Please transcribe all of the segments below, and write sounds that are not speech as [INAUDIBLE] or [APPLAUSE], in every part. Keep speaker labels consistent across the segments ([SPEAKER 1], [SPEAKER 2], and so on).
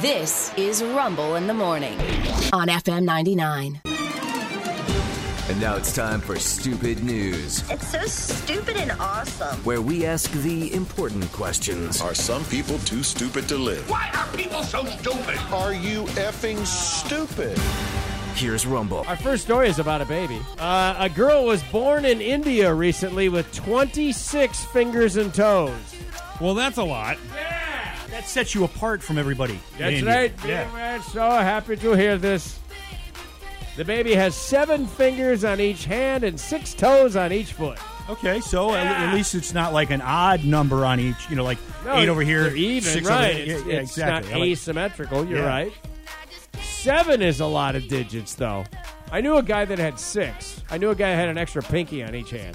[SPEAKER 1] This is Rumble in the Morning on FM 99.
[SPEAKER 2] And now it's time for Stupid News,
[SPEAKER 3] It's so stupid and awesome.
[SPEAKER 2] where we ask the important questions.
[SPEAKER 4] Are some people too stupid to live?
[SPEAKER 5] Why are people so stupid?
[SPEAKER 4] Are you effing stupid?
[SPEAKER 2] Here's Rumble.
[SPEAKER 6] Our first story is about a baby. Uh, a girl was born in India recently with 26 fingers and toes.
[SPEAKER 7] Well, that's a lot. That sets you apart from everybody.
[SPEAKER 6] That's
[SPEAKER 7] in India.
[SPEAKER 6] right.
[SPEAKER 7] Yeah.
[SPEAKER 6] I'm so happy to hear this. The baby has seven fingers on each hand and six toes on each foot.
[SPEAKER 7] Okay, so at- at, least it's not like an odd number on each. You know, like eight over
[SPEAKER 6] they're
[SPEAKER 7] here,
[SPEAKER 6] even
[SPEAKER 7] six
[SPEAKER 6] right?
[SPEAKER 7] over there.
[SPEAKER 6] It's,
[SPEAKER 7] Yeah, yeah,
[SPEAKER 6] it's
[SPEAKER 7] exactly. I
[SPEAKER 6] not
[SPEAKER 7] like-
[SPEAKER 6] asymmetrical. You're
[SPEAKER 7] Yeah.
[SPEAKER 6] right. Seven is a lot of digits, though. I knew a guy that had six. I knew a guy that had an extra pinky on each hand.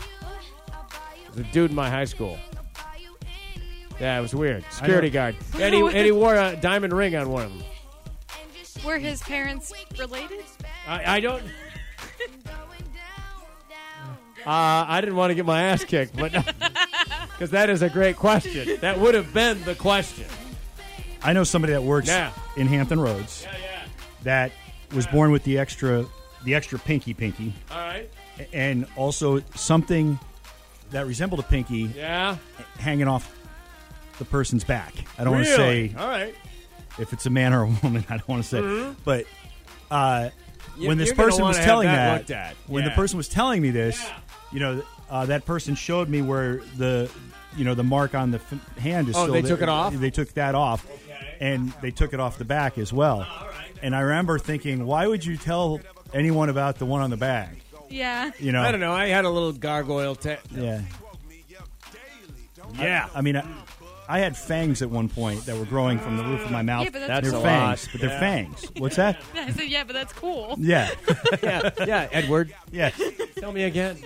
[SPEAKER 6] It was a dude in my high school. Yeah, it was weird. Security guard, and he, and he wore a diamond ring on one of them.
[SPEAKER 8] Were his parents related?
[SPEAKER 6] I, I don't. Uh, I didn't want to get my ass kicked, but [LAUGHS] because that is a great question. That would have been the question.
[SPEAKER 7] I know somebody that works
[SPEAKER 6] Yeah.
[SPEAKER 7] in Hampton Roads that was born with the extra, the extra pinky pinky,
[SPEAKER 6] All right.
[SPEAKER 7] a- and also something that resembled a pinky
[SPEAKER 6] Yeah.
[SPEAKER 7] hanging off the person's back. I don't want to
[SPEAKER 6] Really?
[SPEAKER 7] say
[SPEAKER 6] All right.
[SPEAKER 7] if it's a man or a woman. [LAUGHS] I don't want to say, but uh,
[SPEAKER 6] Mm-hmm. You-
[SPEAKER 7] when this
[SPEAKER 6] you're gonna
[SPEAKER 7] person
[SPEAKER 6] wanna
[SPEAKER 7] was
[SPEAKER 6] have
[SPEAKER 7] telling
[SPEAKER 6] that
[SPEAKER 7] that,
[SPEAKER 6] looked at.
[SPEAKER 7] when the
[SPEAKER 6] Yeah.
[SPEAKER 7] person was telling me this, you know, uh, that person showed me where the you know the mark on the f- hand is.
[SPEAKER 6] Oh,
[SPEAKER 7] still
[SPEAKER 6] they
[SPEAKER 7] there.
[SPEAKER 6] took it off?
[SPEAKER 7] They took that off, and they took it off the back as well. And I remember thinking, why would you tell anyone about the one on the back?
[SPEAKER 8] Yeah. [LAUGHS]
[SPEAKER 7] You know,
[SPEAKER 6] I don't know. I had a little gargoyle. Te- [LAUGHS]
[SPEAKER 7] Yeah. Yeah, I mean, I, I had fangs at one point that were growing from the roof of my mouth.
[SPEAKER 8] Yeah, but that's
[SPEAKER 7] they're
[SPEAKER 8] cool.
[SPEAKER 7] fangs,
[SPEAKER 6] That's a lot.
[SPEAKER 7] but they're fangs. What's that?
[SPEAKER 8] I said, yeah, but that's cool.
[SPEAKER 7] Yeah, [LAUGHS]
[SPEAKER 6] yeah, yeah, Edward.
[SPEAKER 7] yeah.
[SPEAKER 6] Tell me
[SPEAKER 7] [LAUGHS]
[SPEAKER 6] again.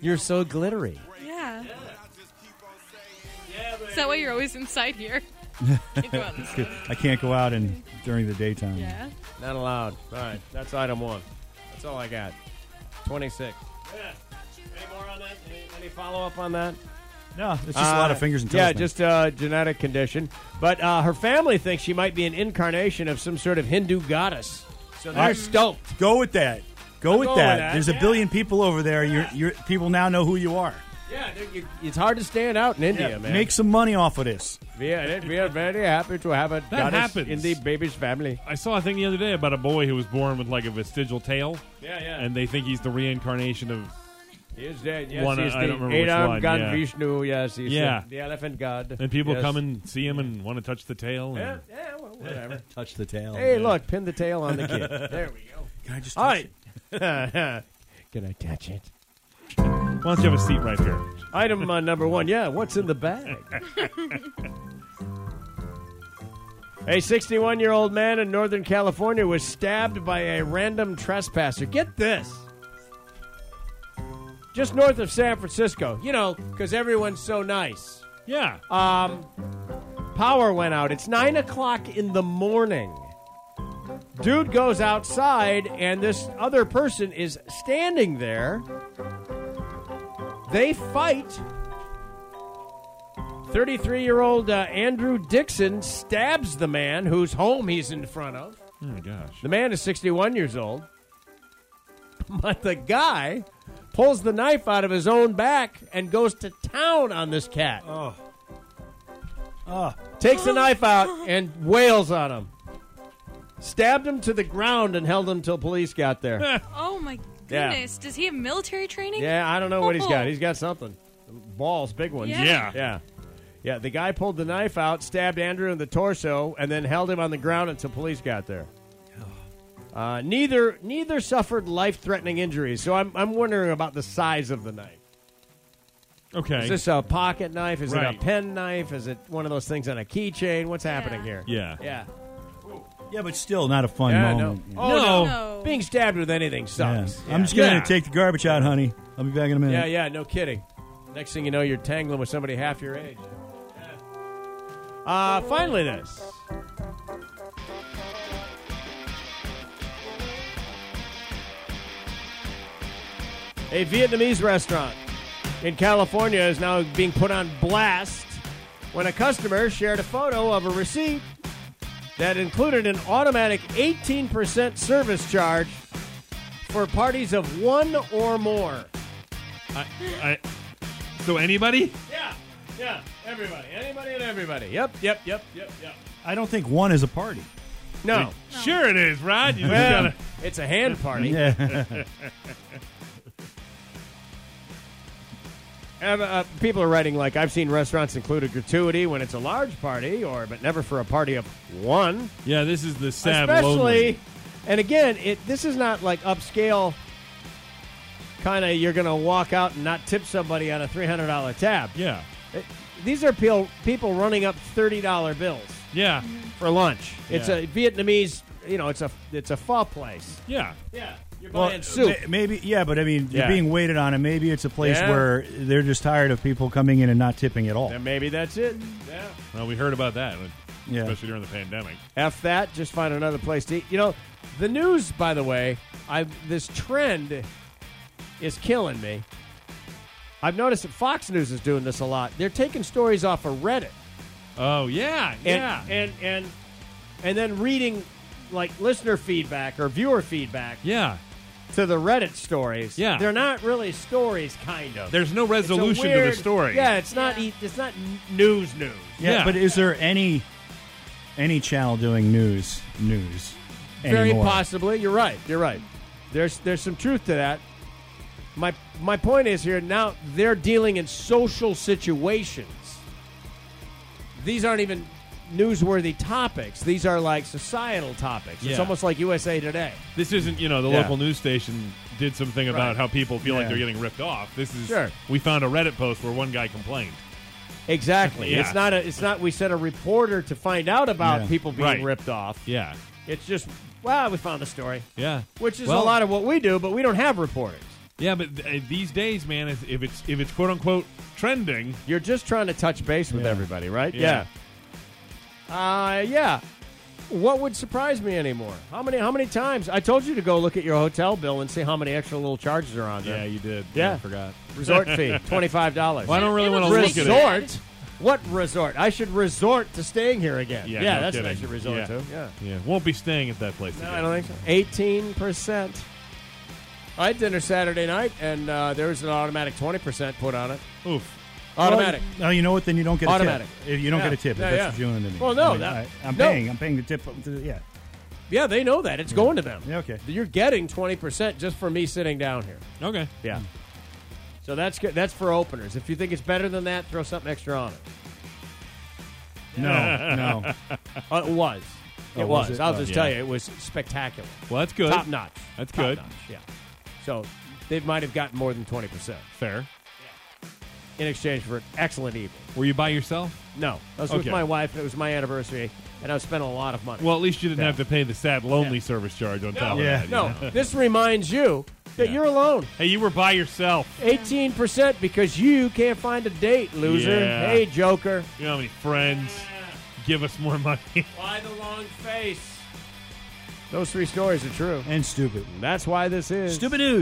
[SPEAKER 6] You're so glittery.
[SPEAKER 8] Yeah. Is that why you're always
[SPEAKER 6] [LAUGHS]
[SPEAKER 8] inside here? Can't go out inside.
[SPEAKER 7] I can't go out and during the daytime.
[SPEAKER 8] yeah.
[SPEAKER 6] Not allowed. All right. That's item one. That's all I got. 26. Any more on that? Any, follow up on that?
[SPEAKER 7] No, it's just a lot of fingers and toes.
[SPEAKER 6] Yeah,
[SPEAKER 7] man.
[SPEAKER 6] just uh, genetic condition. But uh, her family thinks she might be an incarnation of some sort of Hindu goddess. So they're
[SPEAKER 7] right.
[SPEAKER 6] stoked.
[SPEAKER 7] go with that. Go with
[SPEAKER 6] going with
[SPEAKER 7] that.
[SPEAKER 6] that,
[SPEAKER 7] There's
[SPEAKER 6] yeah.
[SPEAKER 7] a billion people over there. You're, you're, people now know who you are.
[SPEAKER 6] Yeah, you, it's hard to stand out in India, man.
[SPEAKER 7] Make some money off of this.
[SPEAKER 6] we, are, we are very happy to have a goddess
[SPEAKER 9] happens.
[SPEAKER 6] in the baby's family.
[SPEAKER 9] I saw a thing the other day about a boy who was born with like a vestigial tail,
[SPEAKER 6] Yeah, yeah.
[SPEAKER 9] and they think he's the reincarnation of.
[SPEAKER 6] He is dead. Yes,
[SPEAKER 9] One,
[SPEAKER 6] he's
[SPEAKER 9] I don't
[SPEAKER 6] the
[SPEAKER 9] remember which
[SPEAKER 6] eight-armed
[SPEAKER 9] one,
[SPEAKER 6] god
[SPEAKER 9] yeah.
[SPEAKER 6] Vishnu. Yes, he's
[SPEAKER 9] Yeah.
[SPEAKER 6] the, the elephant god.
[SPEAKER 9] And people
[SPEAKER 6] Yes.
[SPEAKER 9] come and see him and want to touch the tail.
[SPEAKER 6] Yeah,
[SPEAKER 9] And,
[SPEAKER 6] yeah, [LAUGHS] well, whatever.
[SPEAKER 7] Touch the tail.
[SPEAKER 6] hey, look, pin the tail on the [LAUGHS] kid. there we go.
[SPEAKER 7] Can I just
[SPEAKER 6] All
[SPEAKER 7] touch
[SPEAKER 6] right.
[SPEAKER 7] it?
[SPEAKER 6] [LAUGHS] Can I touch it?
[SPEAKER 9] Why don't you have a seat right here?
[SPEAKER 6] Item uh, number one. Yeah, what's in the bag? A 61 year old man in Northern California was stabbed by a random trespasser. Get this. Just north of San Francisco, you know, because everyone's so nice.
[SPEAKER 9] Yeah.
[SPEAKER 6] Power went out. It's nine o'clock in the morning. Dude goes outside, and this other person is standing there. They fight. 33 year old uh, Andrew Dixon stabs the man whose home he's in front of.
[SPEAKER 9] oh my gosh.
[SPEAKER 6] The man is 61 years old. But the guy pulls the knife out of his own back and goes to town on this cat. Oh. Takes
[SPEAKER 9] [LAUGHS]
[SPEAKER 6] the knife out and wails on him. Stabbed him to the ground and held him till police got
[SPEAKER 9] [LAUGHS]
[SPEAKER 6] there.
[SPEAKER 8] Oh my
[SPEAKER 6] Yeah.
[SPEAKER 8] goodness. Does he have military training?
[SPEAKER 6] yeah, I don't know what he's got. He's got something. Balls, big ones.
[SPEAKER 8] Yeah.
[SPEAKER 9] Yeah.
[SPEAKER 6] Yeah. Yeah, the guy pulled the knife out, stabbed Andrew in the torso, and then held him on the ground until police got there. Uh, neither neither suffered life threatening injuries, so I'm, I'm wondering about the size of the knife.
[SPEAKER 9] Okay.
[SPEAKER 6] Is this a pocket knife? Is it
[SPEAKER 9] Right.
[SPEAKER 6] a pen knife? Is it one of those things on a keychain? What's happening here?
[SPEAKER 9] yeah.
[SPEAKER 6] Yeah.
[SPEAKER 7] Yeah, but still not a fun
[SPEAKER 6] Yeah, no.
[SPEAKER 7] moment.
[SPEAKER 6] Oh, no.
[SPEAKER 8] No.
[SPEAKER 6] Being stabbed with anything
[SPEAKER 7] Yeah.
[SPEAKER 6] sucks. Yeah.
[SPEAKER 7] I'm just gonna
[SPEAKER 9] Yeah.
[SPEAKER 7] take the garbage out, honey. I'll be back in a minute.
[SPEAKER 6] Yeah, yeah, no kidding. Next thing you know, you're tangling with somebody half your age. Uh, finally, this. A Vietnamese restaurant in California is now being put on blast when a customer shared a photo of a receipt that included an automatic 18% service charge for parties of one or more.
[SPEAKER 9] I, I, so anybody?
[SPEAKER 6] Yeah, yeah, everybody, anybody, and everybody. Yep, yep, yep, yep, yep.
[SPEAKER 7] I don't think one is a party.
[SPEAKER 6] No,
[SPEAKER 9] Sure it is, Rod. [LAUGHS] You just
[SPEAKER 6] well,
[SPEAKER 9] gotta-
[SPEAKER 6] it's a hand party. Um, uh, people are writing like I've seen restaurants include a gratuity when it's a large party, or but never for a party of one.
[SPEAKER 9] yeah, this is the sad
[SPEAKER 6] Especially,
[SPEAKER 9] lonely.
[SPEAKER 6] and again, it this is not like upscale. Kind of, you're gonna walk out and not tip somebody on a three hundred dollar tab.
[SPEAKER 9] Yeah,
[SPEAKER 6] It- these are people people running up thirty dollar bills
[SPEAKER 9] yeah,
[SPEAKER 6] for lunch. It's
[SPEAKER 9] Yeah.
[SPEAKER 6] a Vietnamese, you know, it's a it's a pho place.
[SPEAKER 9] yeah.
[SPEAKER 6] Yeah, you're
[SPEAKER 7] Well,
[SPEAKER 6] buying soup.
[SPEAKER 7] ma- Maybe, yeah, but I mean,
[SPEAKER 6] Yeah.
[SPEAKER 7] you're being waited on, and maybe it's a place
[SPEAKER 6] Yeah.
[SPEAKER 7] where they're just tired of people coming in and not tipping at all.
[SPEAKER 6] Then maybe that's it. Yeah.
[SPEAKER 9] Well, we heard about that,
[SPEAKER 7] Yeah.
[SPEAKER 9] especially during the pandemic.
[SPEAKER 6] F that. Just find another place to eat. You know, the news, by the way, I this trend is killing me. I've noticed that Fox News is doing this a lot. They're taking stories off of Reddit
[SPEAKER 9] Oh yeah,
[SPEAKER 6] and
[SPEAKER 9] yeah,
[SPEAKER 6] and and and then reading like listener feedback or viewer feedback
[SPEAKER 9] yeah.
[SPEAKER 6] to the Reddit stories.
[SPEAKER 9] Yeah.
[SPEAKER 6] they're not really stories, kind of.
[SPEAKER 9] There's no
[SPEAKER 6] It's a
[SPEAKER 9] resolution to
[SPEAKER 6] weird-
[SPEAKER 9] the story.
[SPEAKER 6] Yeah, it's not e it's not news news.
[SPEAKER 7] Yeah,
[SPEAKER 9] Yeah.
[SPEAKER 7] but is there any any channel doing news news
[SPEAKER 6] Very
[SPEAKER 7] anymore?
[SPEAKER 6] possibly. You're right. You're right. There's there's some truth to that. My my point is here now they're dealing in social situations. These aren't even newsworthy topics. These are like societal topics. It's
[SPEAKER 9] Yeah.
[SPEAKER 6] almost like USA Today.
[SPEAKER 9] This isn't, you know, the
[SPEAKER 6] Yeah.
[SPEAKER 9] local news station did something about
[SPEAKER 6] Right.
[SPEAKER 9] how people feel like
[SPEAKER 7] Yeah.
[SPEAKER 9] they're getting ripped off. This is,
[SPEAKER 6] Sure.
[SPEAKER 9] we found a Reddit post where one guy complained.
[SPEAKER 6] Exactly.
[SPEAKER 9] [LAUGHS] Yeah.
[SPEAKER 6] It's not a it's not we sent a reporter to find out about
[SPEAKER 7] Yeah.
[SPEAKER 6] people being
[SPEAKER 9] Right.
[SPEAKER 6] ripped off.
[SPEAKER 9] Yeah,
[SPEAKER 6] It's just well, we found the story.
[SPEAKER 9] yeah.
[SPEAKER 6] Which is
[SPEAKER 9] Well,
[SPEAKER 6] a lot of what we do, but we don't have reporters.
[SPEAKER 9] Yeah, but th- uh, these days, man, if if it's if it's quote unquote trending,
[SPEAKER 6] You're just trying to touch base with
[SPEAKER 7] Yeah.
[SPEAKER 6] everybody, right?
[SPEAKER 9] Yeah.
[SPEAKER 6] Yeah. Uh, yeah. What would surprise me anymore? How many? How many times? I told you to go look at your hotel bill and see how many extra little charges are on
[SPEAKER 9] yeah,
[SPEAKER 6] there.
[SPEAKER 9] you did.
[SPEAKER 6] Yeah.
[SPEAKER 9] I forgot.
[SPEAKER 6] Resort
[SPEAKER 9] [LAUGHS]
[SPEAKER 6] fee, twenty five dollars.
[SPEAKER 9] Well, I don't really
[SPEAKER 8] It'll
[SPEAKER 9] want to
[SPEAKER 8] just
[SPEAKER 9] look
[SPEAKER 8] make
[SPEAKER 9] at
[SPEAKER 8] you
[SPEAKER 9] it.
[SPEAKER 8] mad.
[SPEAKER 6] resort? What resort? I should resort to staying here again.
[SPEAKER 9] Yeah, no
[SPEAKER 6] that's what I
[SPEAKER 9] kidding.
[SPEAKER 6] should resort
[SPEAKER 9] Yeah.
[SPEAKER 6] to. Yeah.
[SPEAKER 9] Yeah, won't be staying at that place.
[SPEAKER 6] No,
[SPEAKER 9] again.
[SPEAKER 6] I don't think so. Eighteen percent. I had dinner Saturday night, and uh, there was an automatic twenty percent put on it.
[SPEAKER 9] Oof.
[SPEAKER 6] Automatic.
[SPEAKER 7] Well, no, Oh, you know what? Then you don't get
[SPEAKER 6] Automatic.
[SPEAKER 7] a tip. If you don't
[SPEAKER 6] Yeah.
[SPEAKER 7] get a tip, if
[SPEAKER 6] Yeah,
[SPEAKER 7] that's
[SPEAKER 6] yeah.
[SPEAKER 7] what you're doing to me.
[SPEAKER 6] Well, no,
[SPEAKER 7] I mean,
[SPEAKER 6] that-
[SPEAKER 7] I, am
[SPEAKER 6] no.
[SPEAKER 7] paying. I'm paying the tip. up to the- Yeah,
[SPEAKER 6] Yeah, they know that. It's going to them.
[SPEAKER 7] Yeah, okay.
[SPEAKER 6] You're getting 20% just for me sitting down here.
[SPEAKER 9] Okay.
[SPEAKER 6] [LAUGHS] Yeah. So that's good. That's for openers. If you think it's better than that, throw something extra on it.
[SPEAKER 7] no,
[SPEAKER 6] [LAUGHS]
[SPEAKER 7] no.
[SPEAKER 6] Uh, it was. It
[SPEAKER 7] Oh,
[SPEAKER 6] was.
[SPEAKER 7] was it?
[SPEAKER 6] I'll
[SPEAKER 7] Oh,
[SPEAKER 6] just
[SPEAKER 9] yeah.
[SPEAKER 6] tell you, it was spectacular.
[SPEAKER 9] Well, that's good.
[SPEAKER 6] Top notch.
[SPEAKER 9] That's
[SPEAKER 6] Top
[SPEAKER 9] good.
[SPEAKER 6] Notch, yeah. So they might have gotten more than 20%
[SPEAKER 9] Fair.
[SPEAKER 6] in exchange for an excellent evening.
[SPEAKER 9] Were you by yourself?
[SPEAKER 6] No. I was with
[SPEAKER 9] Okay.
[SPEAKER 6] my wife. It was my anniversary, and I spent a lot of money.
[SPEAKER 9] Well, at least you didn't have to pay the sad, lonely
[SPEAKER 6] Yeah.
[SPEAKER 9] service charge on top
[SPEAKER 6] no,
[SPEAKER 9] of
[SPEAKER 7] Yeah.
[SPEAKER 9] that. you [LAUGHS] know?
[SPEAKER 6] no. this reminds you that
[SPEAKER 9] Yeah.
[SPEAKER 6] you're alone.
[SPEAKER 9] Hey, you were by yourself.
[SPEAKER 6] Eighteen percent because you can't find a date, loser.
[SPEAKER 9] Yeah.
[SPEAKER 6] Hey, Joker.
[SPEAKER 9] You know how many friends give us more money?
[SPEAKER 6] Why the long face? Those three stories are true.
[SPEAKER 7] and stupid.
[SPEAKER 6] That's why this is
[SPEAKER 7] Stupid news.